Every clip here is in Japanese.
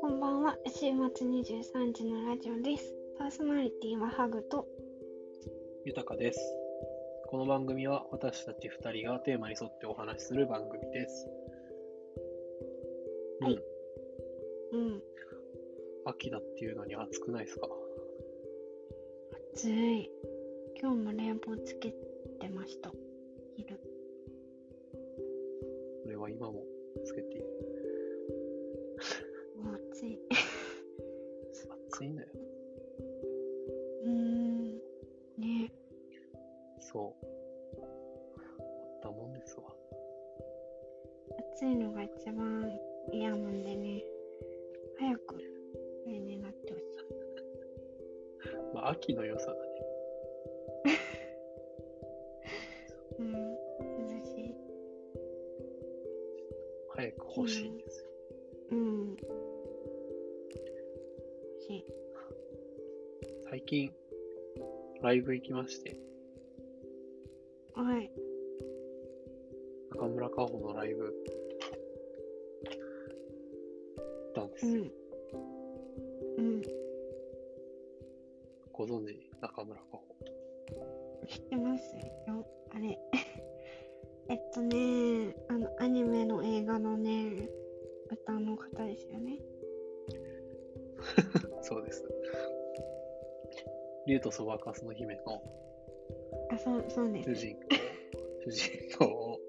こんばんは。週末23時のラジオです。パーソナリティはハグと豊かです。この番組は私たち2人がテーマに沿ってお話しする番組です。うはいん、うん秋だっていうのに暑くないですか暑い。今日も冷房つけてました。昼。それは今もつけている。もう暑い。暑いんだよ。うーん。ねそう。あったもんですわ。暑いのが一番嫌なんでね。早く冬になってほしい。まあ、秋の良さがね、うん。涼しい。早く欲しいんですよ。うん。欲しい。最近、ライブ行きまして、はい。中村佳穂のライブ、行ったんですうよ。ん。うん。ご存知、中村佳穂。知ってますよ。あれ。 えっとね、あの、アニメの映画のね、歌の方ですよね。そうです。竜とそばかすの姫のあ、そう、そうです主。人公、主人公を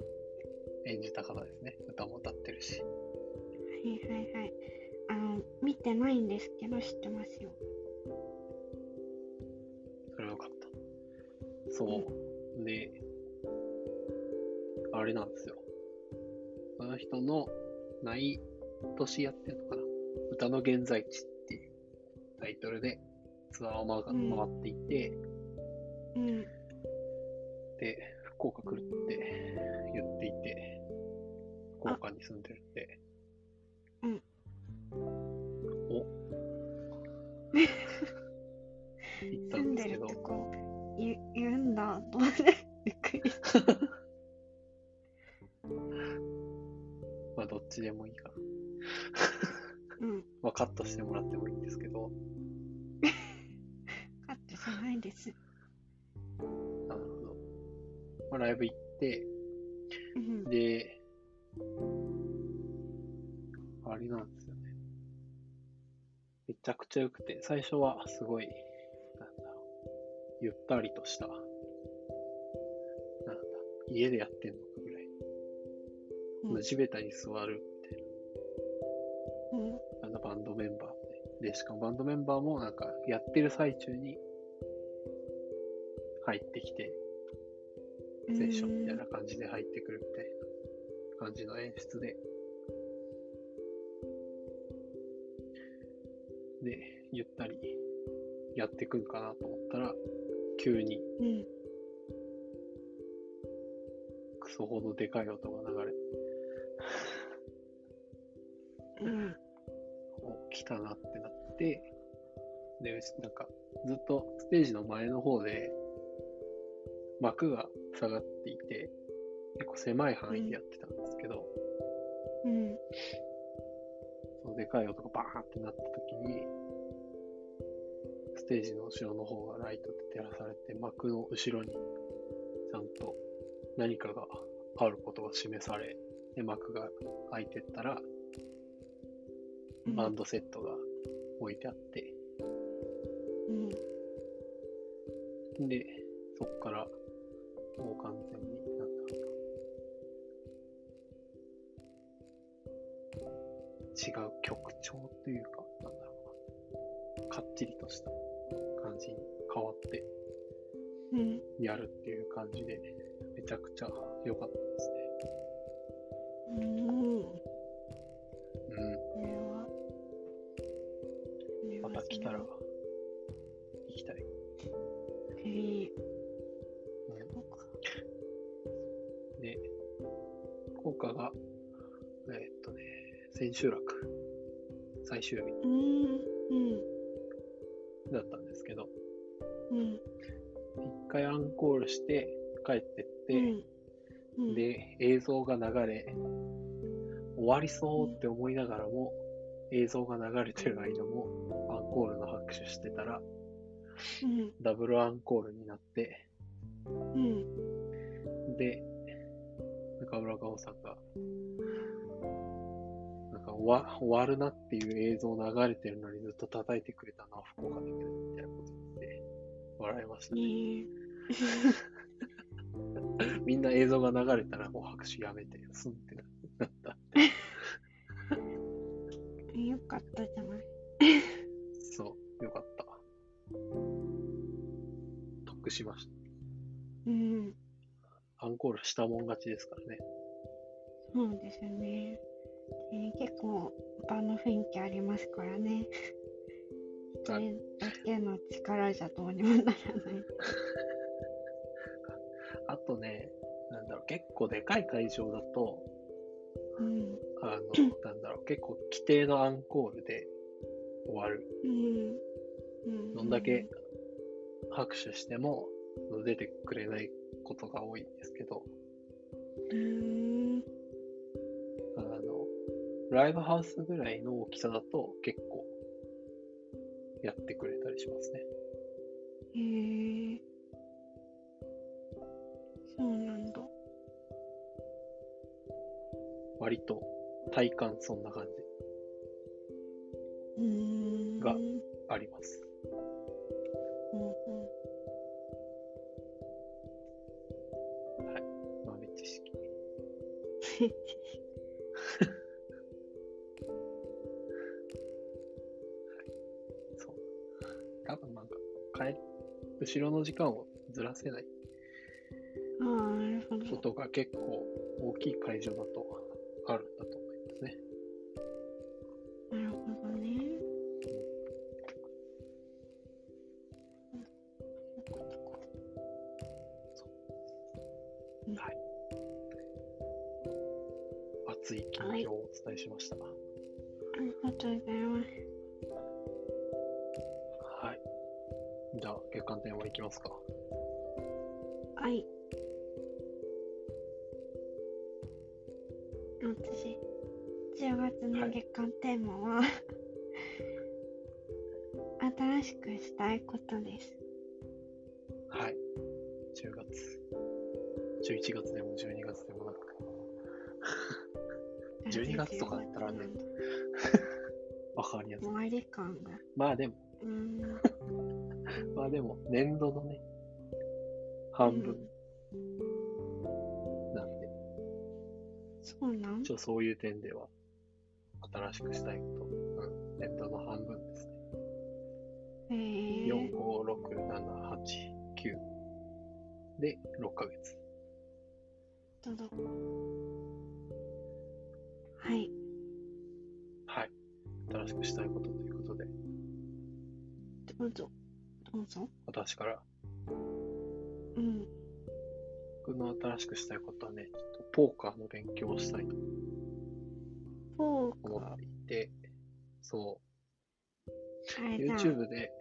演じた方ですね。歌も歌ってるし。はいはいはい。あの、見てないんですけど、知ってますよ。それはよかった。そう。で、あれなんですよ。その人のない年やってるのかな。歌の現在地っていうタイトルでツアーを回回っていて、うん。で、福岡来るって言っていて、福岡に住んでるって。うん。お行っ た住んんでですけるどと、こ、言言うんだ、と思って。 びっくりした。まあどっちでもいいかな。うん。まあカットしてもらってもいいんですけど、カットじゃないです。なるほど。まあライブ行って、うん。で、あれなんですよね。めちゃくちゃ良くて、最初はすごい、なんだろう、ゆったりとした、なんだ、家でやってんのかぐらい。うんこの地べたに座るみたいうん。な、あのバンドメンバーで。で、しかもバンドメンバーもなんか、やってる最中に、入ってきて、セッションみたいな感じで入ってくるみたいな感じの演出で。で、ゆったりやってくんかなと思ったら、急にうん。クソほどでかい音が流れて、うん。お来たなってなって、で、うちなんか、ずっとステージの前の方で、幕が下がっていて、結構狭い範囲でやってたんですけど、うん。そのでかい音がバーンってなった時に、ステージの後ろの方がライトで照らされて、幕の後ろにちゃんと何かがあることが示され、で、幕が開いてったら、うん。バンドセットが置いてあって、うん。で、そっから、もう完全に、なんだろうな。違う曲調というか、なんだろうな。かっちりとした感じに変わってうん。やるっていう感じで、めちゃくちゃ良かったですうん。ね。これは。これうん。はまた来たら、行きたい。へえうんそうかで、福岡が、えーっとね、千秋楽、最終日うーんうんだったんですけど、うん一回アンコールして帰ってって、うんうん、で、映像が流れ、終わりそうって思いながらも、映像が流れてる間も、アンコールの拍手してたら、うん、ダブルアンコールになって、うん、で、中村かおさんが、なんか終わ終わるなっていう映像流れてるのにずっと叩いてくれたのは福岡だけだみたいなこと言って、笑いましたね。ねみんな映像が流れたらもう拍手やめて、すんってなった。え、よかったじゃない。そう、よかった。得しましうん、た。アンコールしたもん勝ちですからね。そうですよね。えー結構、場の雰囲気ありますからね。それだけの力じゃどうにもならない。あとね、なんだろう、結構でかい会場だと、うん、あの、なんだろう、結構規定のアンコールで終わる。うん、うん。どんだけ拍手しても出てくれないことが多いんですけど、うん、あの、ライブハウスぐらいの大きさだと結構やってくれたりしますね。へえ。そうなんだ。割と体感そんな感じうーん。 がうんあります。うん。豆知識。そう。多分なんか、変え、後ろの時間をずらせないああ、なるほこど。とが結構大きい会場だとあるんだと思いますね。なるほどね。熱い近況をお伝えしました。はありがとうございます。い。じゃあ、月間テーマいきますか。はい。私、10月はのい月間テーマは、新しくしたいことです。はい。10月。11月でも12月でもなく。12月とかだったらねわかりやすい。終わり感が。まあでも、うーん。まあでも、年度のね、半分なんで、そうなんちょっとそういう点では、新しくしたいこと、うん、年度の半分ですね。へえ4、5、6、7、8、9で、6ヶ月。どうぞはい。はい。新しくしたいことということで、どうぞ。どうぞ。私から、うん。僕の新しくしたいことはね、ちょっとポーカーの勉強をしたいとポー思カっていて、そー。あう、れだ。 YouTube で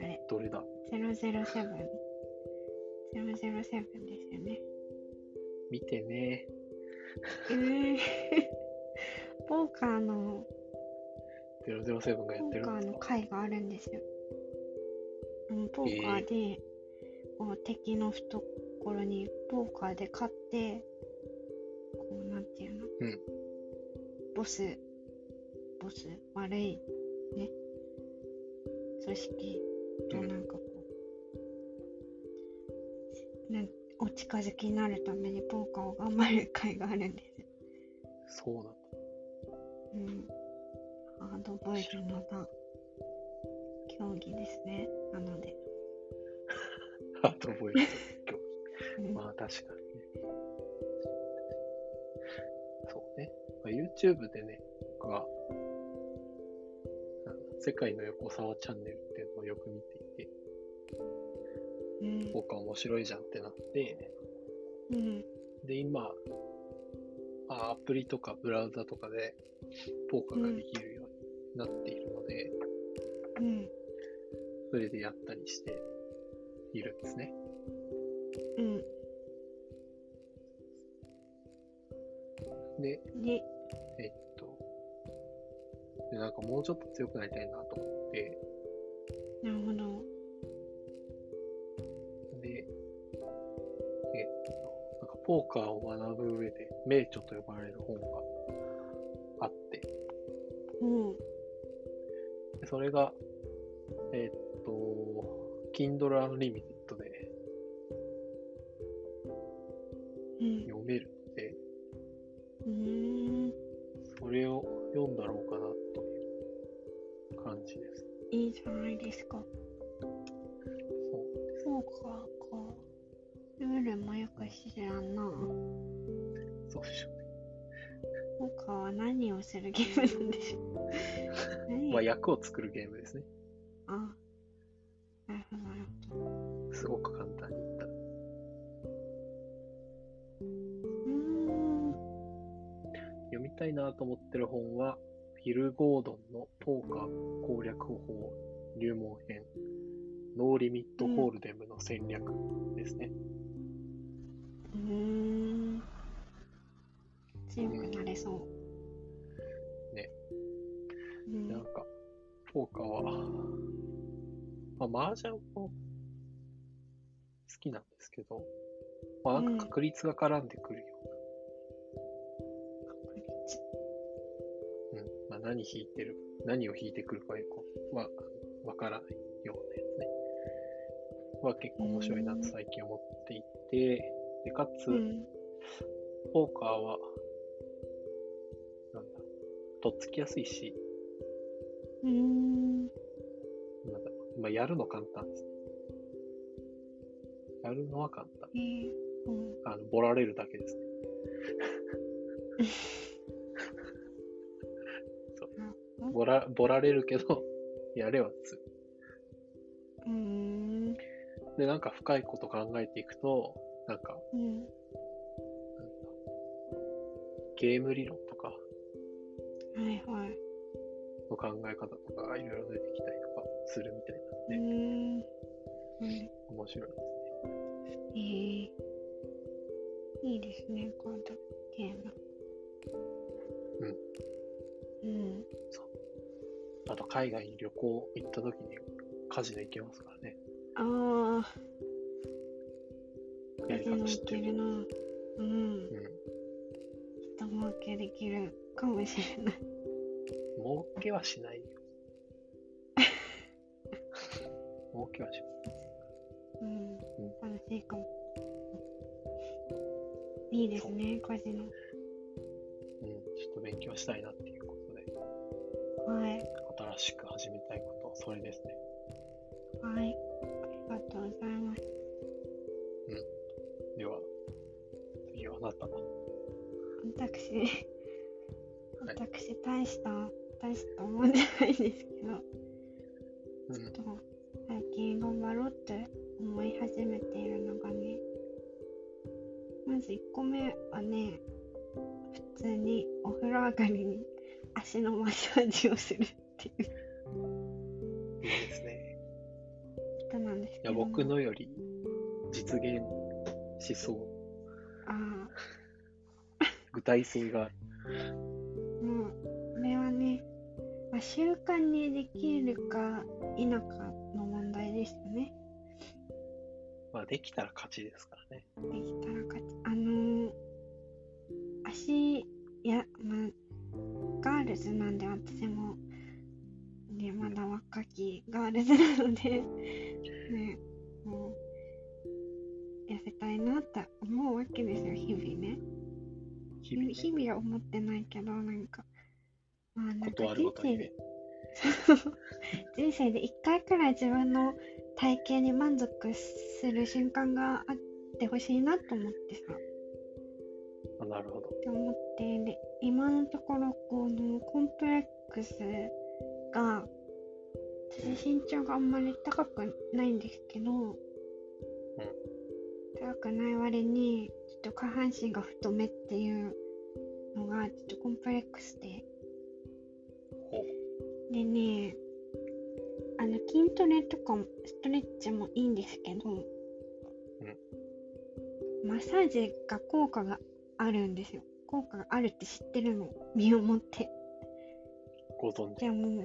あれ、どれだ007。007ですよね。見てね。えー、 ポーカーの、 007がやポってーるカんーですのか会があるんですよ。うん、ポーカーで、こう敵の懐にポーカーで勝って、こうなんていうの、うんボス、ボス、悪い、ね、組織とうんなんかこう、なんお近づきになるためにポーカーを頑張る会があるんです。そうなんだ。うん、ハードボイルドな競技ですね。なので、あと覚えてる。 うんまあ確かにね。そうね。まあ、YouTube でね、僕は、なんだ世界の横沢チャンネルっていうのをよく見ていて、うん、僕は面白いじゃんってなって、うん、で、今、あアプリとかブラウザとかで、ポーカーができるようになっているので、うん、それでやったりしているんですね。うん、で、ね、えっと、で、なんかもうちょっと強くなりたいなと思って、なるほど。で、えっと、なんかポーカーを学ぶ上で、名著と呼ばれる本があって、うん。でそれが、えっと、Kindle Unlimited でうん。読めるので、うーん。それを読んだろうかなという感じです。いいじゃないですか。そそう。うか、か。ルールもよく知らんな。そうでしょうね。ポーカーは何をするゲームなんでしょう。何まあ、役を作るゲームですね。あ、なるほど、なるほど。すごく簡単に言ったら。うーん。読みたいなと思ってる本は、フィル・ゴードンのポーカー攻略方法入門編、ノーリミット・ホールデムの戦略ですね。うーん。強くなれそう。ね。うなんん。か、ポーカーは、まあ、麻雀も好きなんですけど、まあ、なんか確率が絡んでくるような、うんまあ、何引いてる、何を引いてくるかよくわわからないようなやつね。は結構面白いなと最近思っていて、で、かつ、うん。ポーカーは、なんだ、とっつきやすいし、うーん。なんだ、まあ、やるの簡単ですね。やるのは簡単。えー、うん。あの、ボラれるだけです ね。うんボラ、ボラれるけど、やれはする。うーん。で、なんか深いこと考えていくと、なんか、うん。なんだゲーム理論とかはいはい。の考え方とかがいろいろ出てきたりとかするみたいなうーんで、ん。うん。面白いですえー、いいですね、この時計の。うん。うん。ね。あと、海外に旅行行った時に、カジノ行けますからね。ああ、だやりけど方い知ってける。るな。うん。うん。人儲けできるかもしれない。儲けはしない よ。儲けはしない。うん。楽しいかも。いいですね、カジノ。うん、ちょっと勉強したいなっていうことで、はい。新しく始めたいこと、それですね。はい。ありがとうございます。では、次はあなた。私、私、大した、大したもんじゃないですけど。うん、と最近頑張ろうって思い始めているのがねまず1個目はね普通にお風呂上がりに足のマッサージをするっていういいですね。人なんですいけや、ど僕のより実現しそう。ああ具体性がある。もうこれはね、まあ、習慣にできるか否かの問題ですよねまあ、できたら勝ちですからね。できたら勝ちあのー足いやまあガールズなんで私もねまだ若きガールズなので ねもう痩せたいなって思うわけですよ日々ね日々、ね、日々は思ってないけどなんかまあなんか断る人ごと生にでね。 人生で1回くらい自分の体型に満足する瞬間があってほしいなと思ってさあなるほど。って思ってで今のところこのコンプレックスが私身長があんまり高くないんですけど、高くない割にちょっと下半身が太めっていうのがちょっとコンプレックスでほでねあの筋トレとかもストレッチもいいんですけど、マッサージが効果があるんですよ効果があるって知ってるの身をもってご存じ知ゃあもうも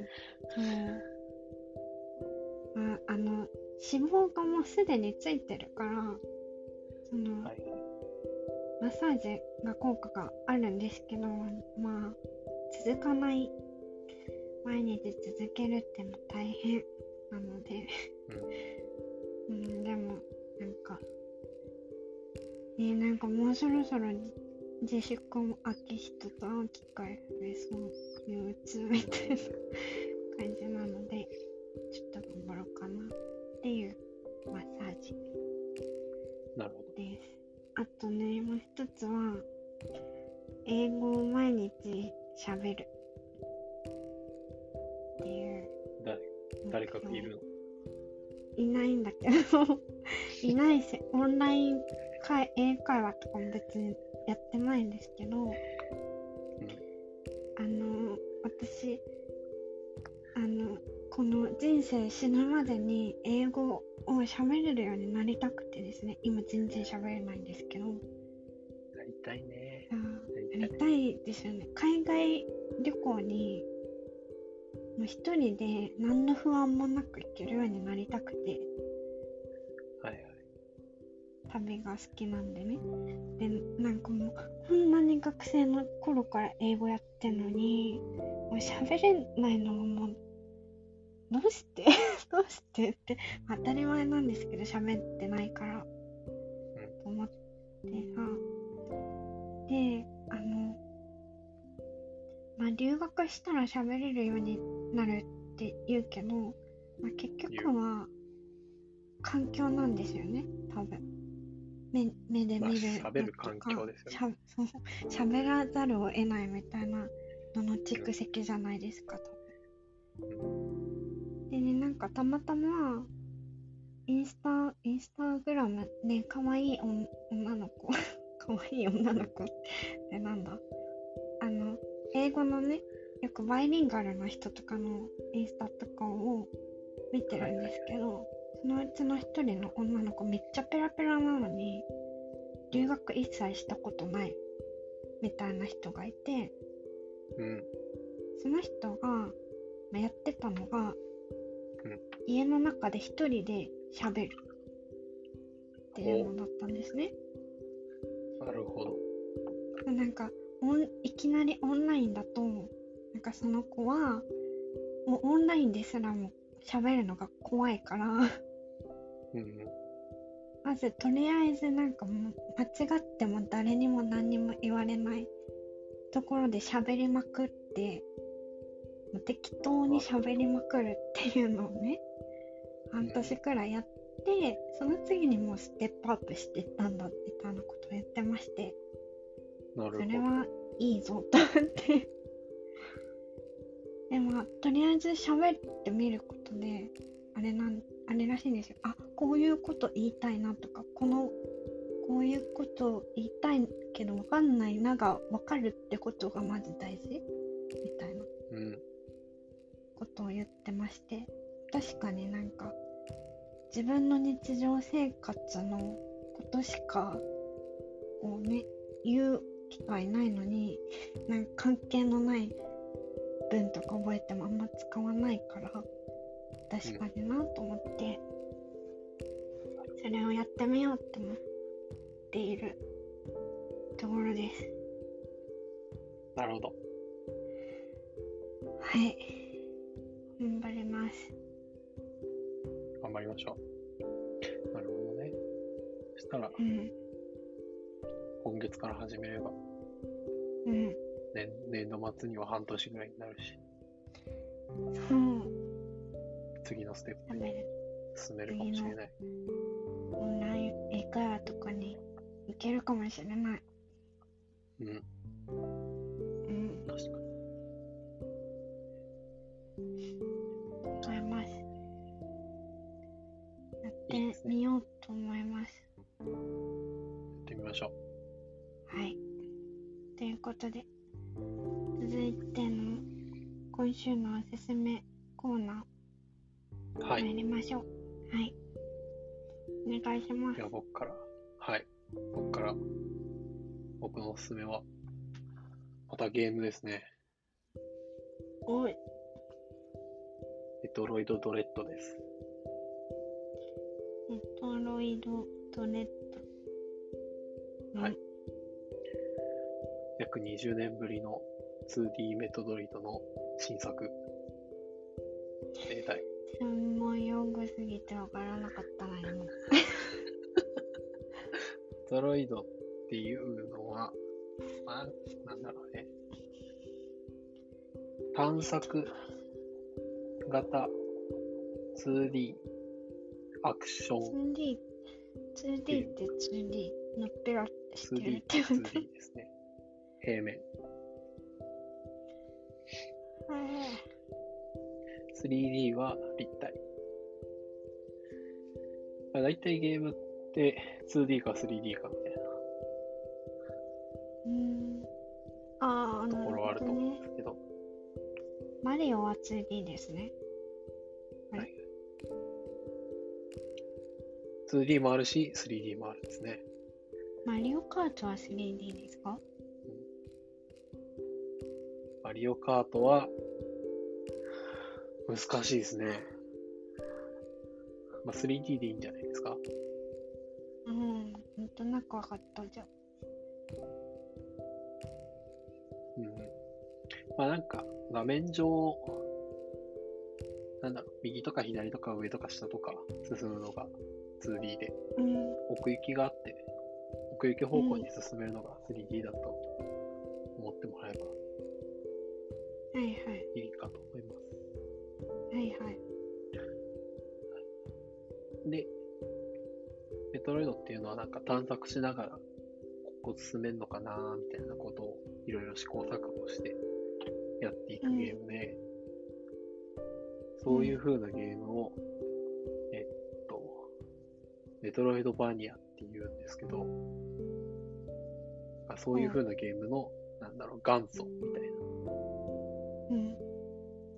う、まあ、あの脂肪がもうすでについてるからその、はいマッサージが効果があるんですけどまあ続かない毎日続けるっても大変なのでうん、でもなんかねなんかもうそろそろじ自粛も明け人と会う機会増えそう憂鬱みたいな感じなのでちょっと頑張ろうかなっていうマッサージなるほどです。あとね、もう一つは、英語を毎日喋る。っていう。誰誰かがいるいないんだけど、 いないし、オンライン会英会話とかも別にやってないんですけど、あの、私、あの、この人生死ぬまでに英語を喋れるようになりたくてですね、今全然喋れないんですけど、のなりたいねあーなりやりたいですよね海外旅行にもう一人で何の不安もなく行けるようになりたくてはいはい旅が好きなんでねでなんかもうこんなに学生の頃から英語やってんのにもう喋れないのももうどうして どうしてって当たり前なんですけど喋ってないから、と思ってあであのまあ留学したら喋れるようになるって言うけど、まあ、結局は環境なんですよね多分目目でまあ見るのとか、喋る環境ですよねしゃそう喋らざるを得ないみたいなのの蓄積じゃないですかと。でねなんかたまたまインスタインスタグラムね可愛い女女の子 可愛い女の子ってなんだあの英語のねよくバイリンガルの人とかのインスタとかを見てるんですけど、そのうちの一人の女の子めっちゃペラペラなのに留学一切したことないみたいな人がいて、うんその人がまあやってたのが、うん家の中で一人で喋るっていうのだったんですね。なるほどなんかオンいきなりオンラインだとなんかその子はもうオンラインですらも喋るのが怖いから うんうんまずとりあえずなんかもう間違っても誰にも何にも言われないところで喋りまくってもう適当に喋りまくるっていうのをね半年くらいやって、その次にもうステップアップしていったんだみたいなことを言ってましてなそるれほどはいいぞと思ってでもとりあえず喋ってみることであれなんあれらしいんですよあこういうこと言いたいなとかこのこういうことを言いたいけど分かんないなが分かるってことがまず大事みたいなうんことを言ってまして確かになんか自分の日常生活のことしかをね言う機会ないのになんか関係のない文とか覚えてもあんま使わないから確かになと思って、それをやってみようって思っているところです。なるほどはい頑張ります。頑張りましょうなるほどねそしたらうん、今月から始めればうん年年度末には半年ぐらいになるしそう、次のステッ食べる。プ進めるかもしれないオンライン英会話とかに行けるかもしれない。うんうん、確かに思います。やっいいですてねみようと思います。やってみましょはい。ということで、続いての今週のおすすめコーナうーはい参りましょう。はい。お願いしますで。は僕から、はい、僕から、僕のおすすめは、またゲームですね。おい、メトロイドドレッドです。メトロイドドレッド。はい約20年ぶりの 2D メトドリードの新作。例題。専門用語すぎてわからなかったな、今。メトロイドっていうのは、まあ、なんだろうね。探索型 2D アクション 2D、2D って 2D。のっぺら知ってる 2D っ、てこと 2D ですね。平面。3D は立体。まあ、大体ゲームって 2D か 3D かみたいなうん。ああ、となこるろはあほるとど思うんねで。すけど、マリオは 2D ですね。 2D もあるし 3D もあるんですね。マリオカートは 3D ですかマリオカートは難しいですね。まあ、3D でいいんじゃないですか。うん、なんとなくわかったじゃん。うん。まあなんか、画面上、なんだろう、右とか左とか上とか下とか進むのが 2D で、うん、奥行きがあって、奥行き方向に進めるのが 3D だと思ってもらえばはいはい、いいかと思います。はいはい。で、メトロイドっていうのはなんか探索しながら、ここ進めんのかなーみたいなことをいろいろ試行錯誤してやっていくゲームで、そういう風なゲームを、えっと、メトロイドバニアって言うんですけど、なんかそういう風なゲームの、なんだろう、元祖みたいなうん、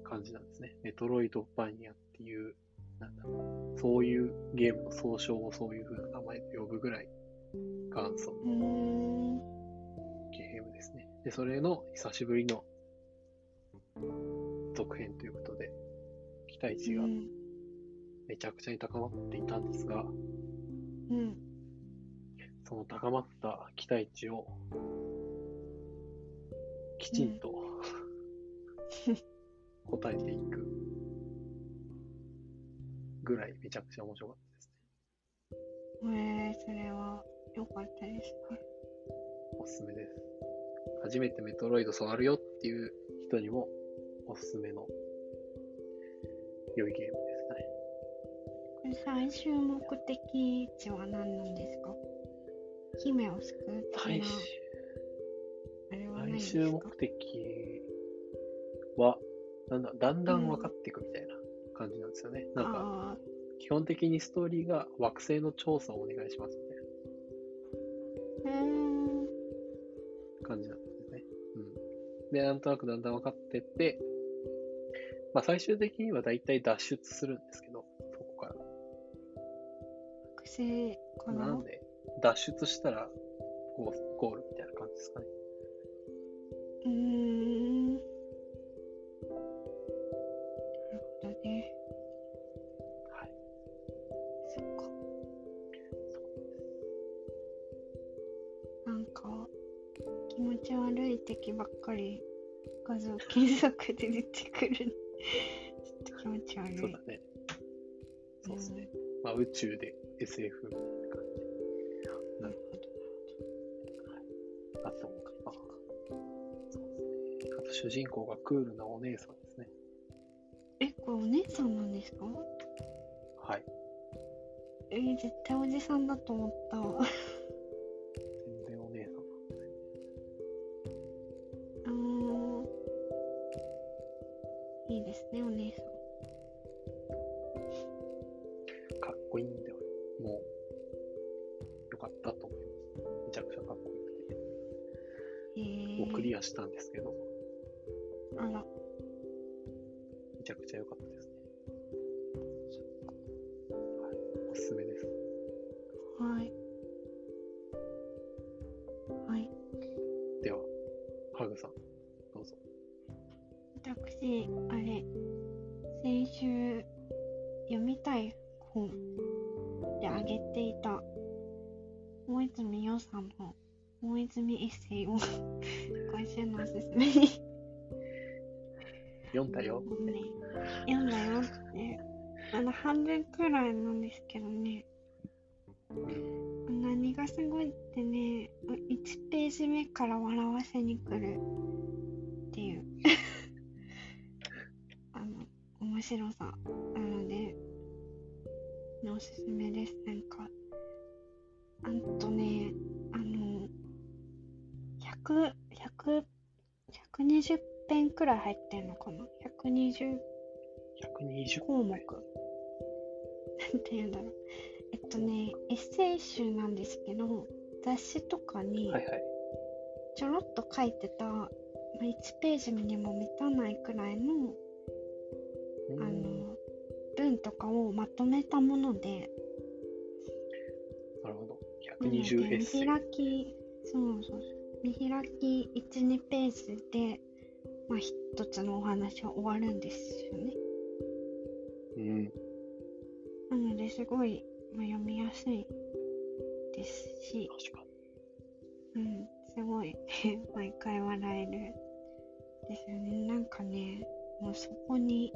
感じなんですね。メトロイドバニアっていう、なんだろう、そういうゲームの総称をそういう風な名前で呼ぶぐらい元祖うーん、ゲームですね。で、それの久しぶりの続編ということで、期待値がうん、めちゃくちゃに高まっていたんですが、うん、その高まった期待値をきちんと、答えていくぐらいめちゃくちゃ面白かったですね。えー、それは良かったですね。おすすめです。初めてメトロイド触るよっていう人にもおすすめの良いゲームですね。これ最終目的地は何なんですか姫を救う的最な終、あれはないんで最す終か目的は、なんだ、だんだん分かっていくみたいな感じなんですよね。なんか、ああ、基本的にストーリーが惑星の調査をお願いしますみたいえー、な感じなんですね。うん。で、なんとなくだんだん分かってって、まあ最終的には大体脱出するんですけど、そこから。惑星かななんで、脱出したらゴールゴールみたいな感じですかね。うーん。なるほどね。はい。そっか。なんか、気持ち悪い敵ばっかり画像検索で出てくる。ちょっと気持ち悪い。そうだね。そうですね。まあ宇宙で SF みたいな感うん。なるほど。じだと思うかな。そうですね。あと主人公がクールなお姉さんですね。え、これお姉さんなんですかはい。え、絶対おじさんだと思ったわ。全然お姉さんなんですよ。あーいいですね、お姉さん。かっこいいんだよ。もう、よかったと思います。めちゃくちゃかっこよくて。えー、もうクリアしたんですけど、あら、めちゃくちゃ良かったですね。はい。おすすめです。はい。はい。では、ハグさん、私あれ先週読みたい本であげていた大泉洋さんの大泉エッセイを 今週のおすすめに読んだよ。もうね読んだよってあの半分くらいなんですけどね何がすごいってね1ページ目から笑わせに来るっていうあの面白さなのでねおすすめですなんかあとねあの100 100 120編くらい入ってんのかな120 120項目。なんて言うんだろう。えっとね、エッセイ集なんですけど、雑誌とかにはいはい。ちょろっと書いてた、まあ1ページにも満たないくらいのうあんの文とかをまとめたもので、なるほど。なので120エッ見セイ。開き、そうそうそう、見開き1、2ページで、まあ、一つのお話は終わるんですよね。うん。なのですごい、まあ、読みやすいですし、確かうん、すごい 毎回笑えるですよねなんかねもうそこに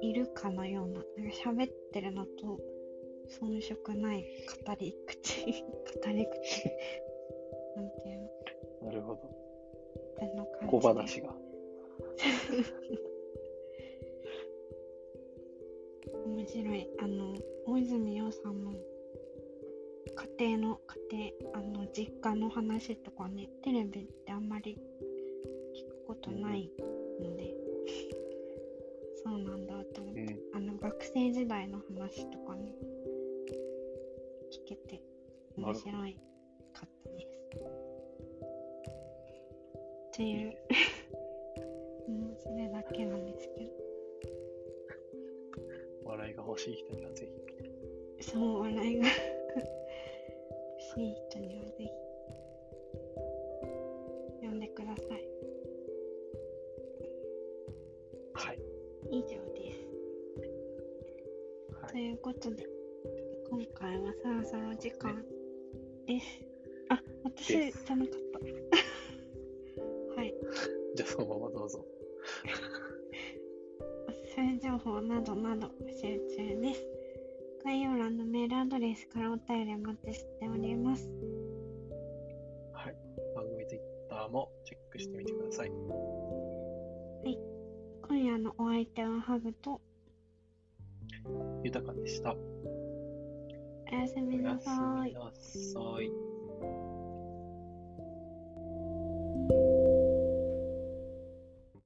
いるかのようななんか喋ってるのと遜色ない語り口 語り口 なんていうのに。なるほど。文の感じ小話が。面白いあの大泉洋さんの家庭の家庭あの実家の話とかねテレビってあんまり聞くことないのでそうなんだと思っうて、ん。あの学生時代の話とかね聞けてなるほ面ど白いかったですという うんそれだけなんですけど笑いが欲しい人にはぜひ。そう、笑いが欲しい人にはぜひ呼んでください。はい。以上です。はとい。いうことで、今回はそろそろ時間です。あ、私でじゃなかった。はい。 じゃあそのままどうぞ。おすすめ情報などなど募集中です。概要欄のメールアドレスからお便りお待ちしております。はい。番組 Twitter もチェックしてみてください。今夜のお相手はハグと豊かでした。おやすおみやなすさいみ。なさい。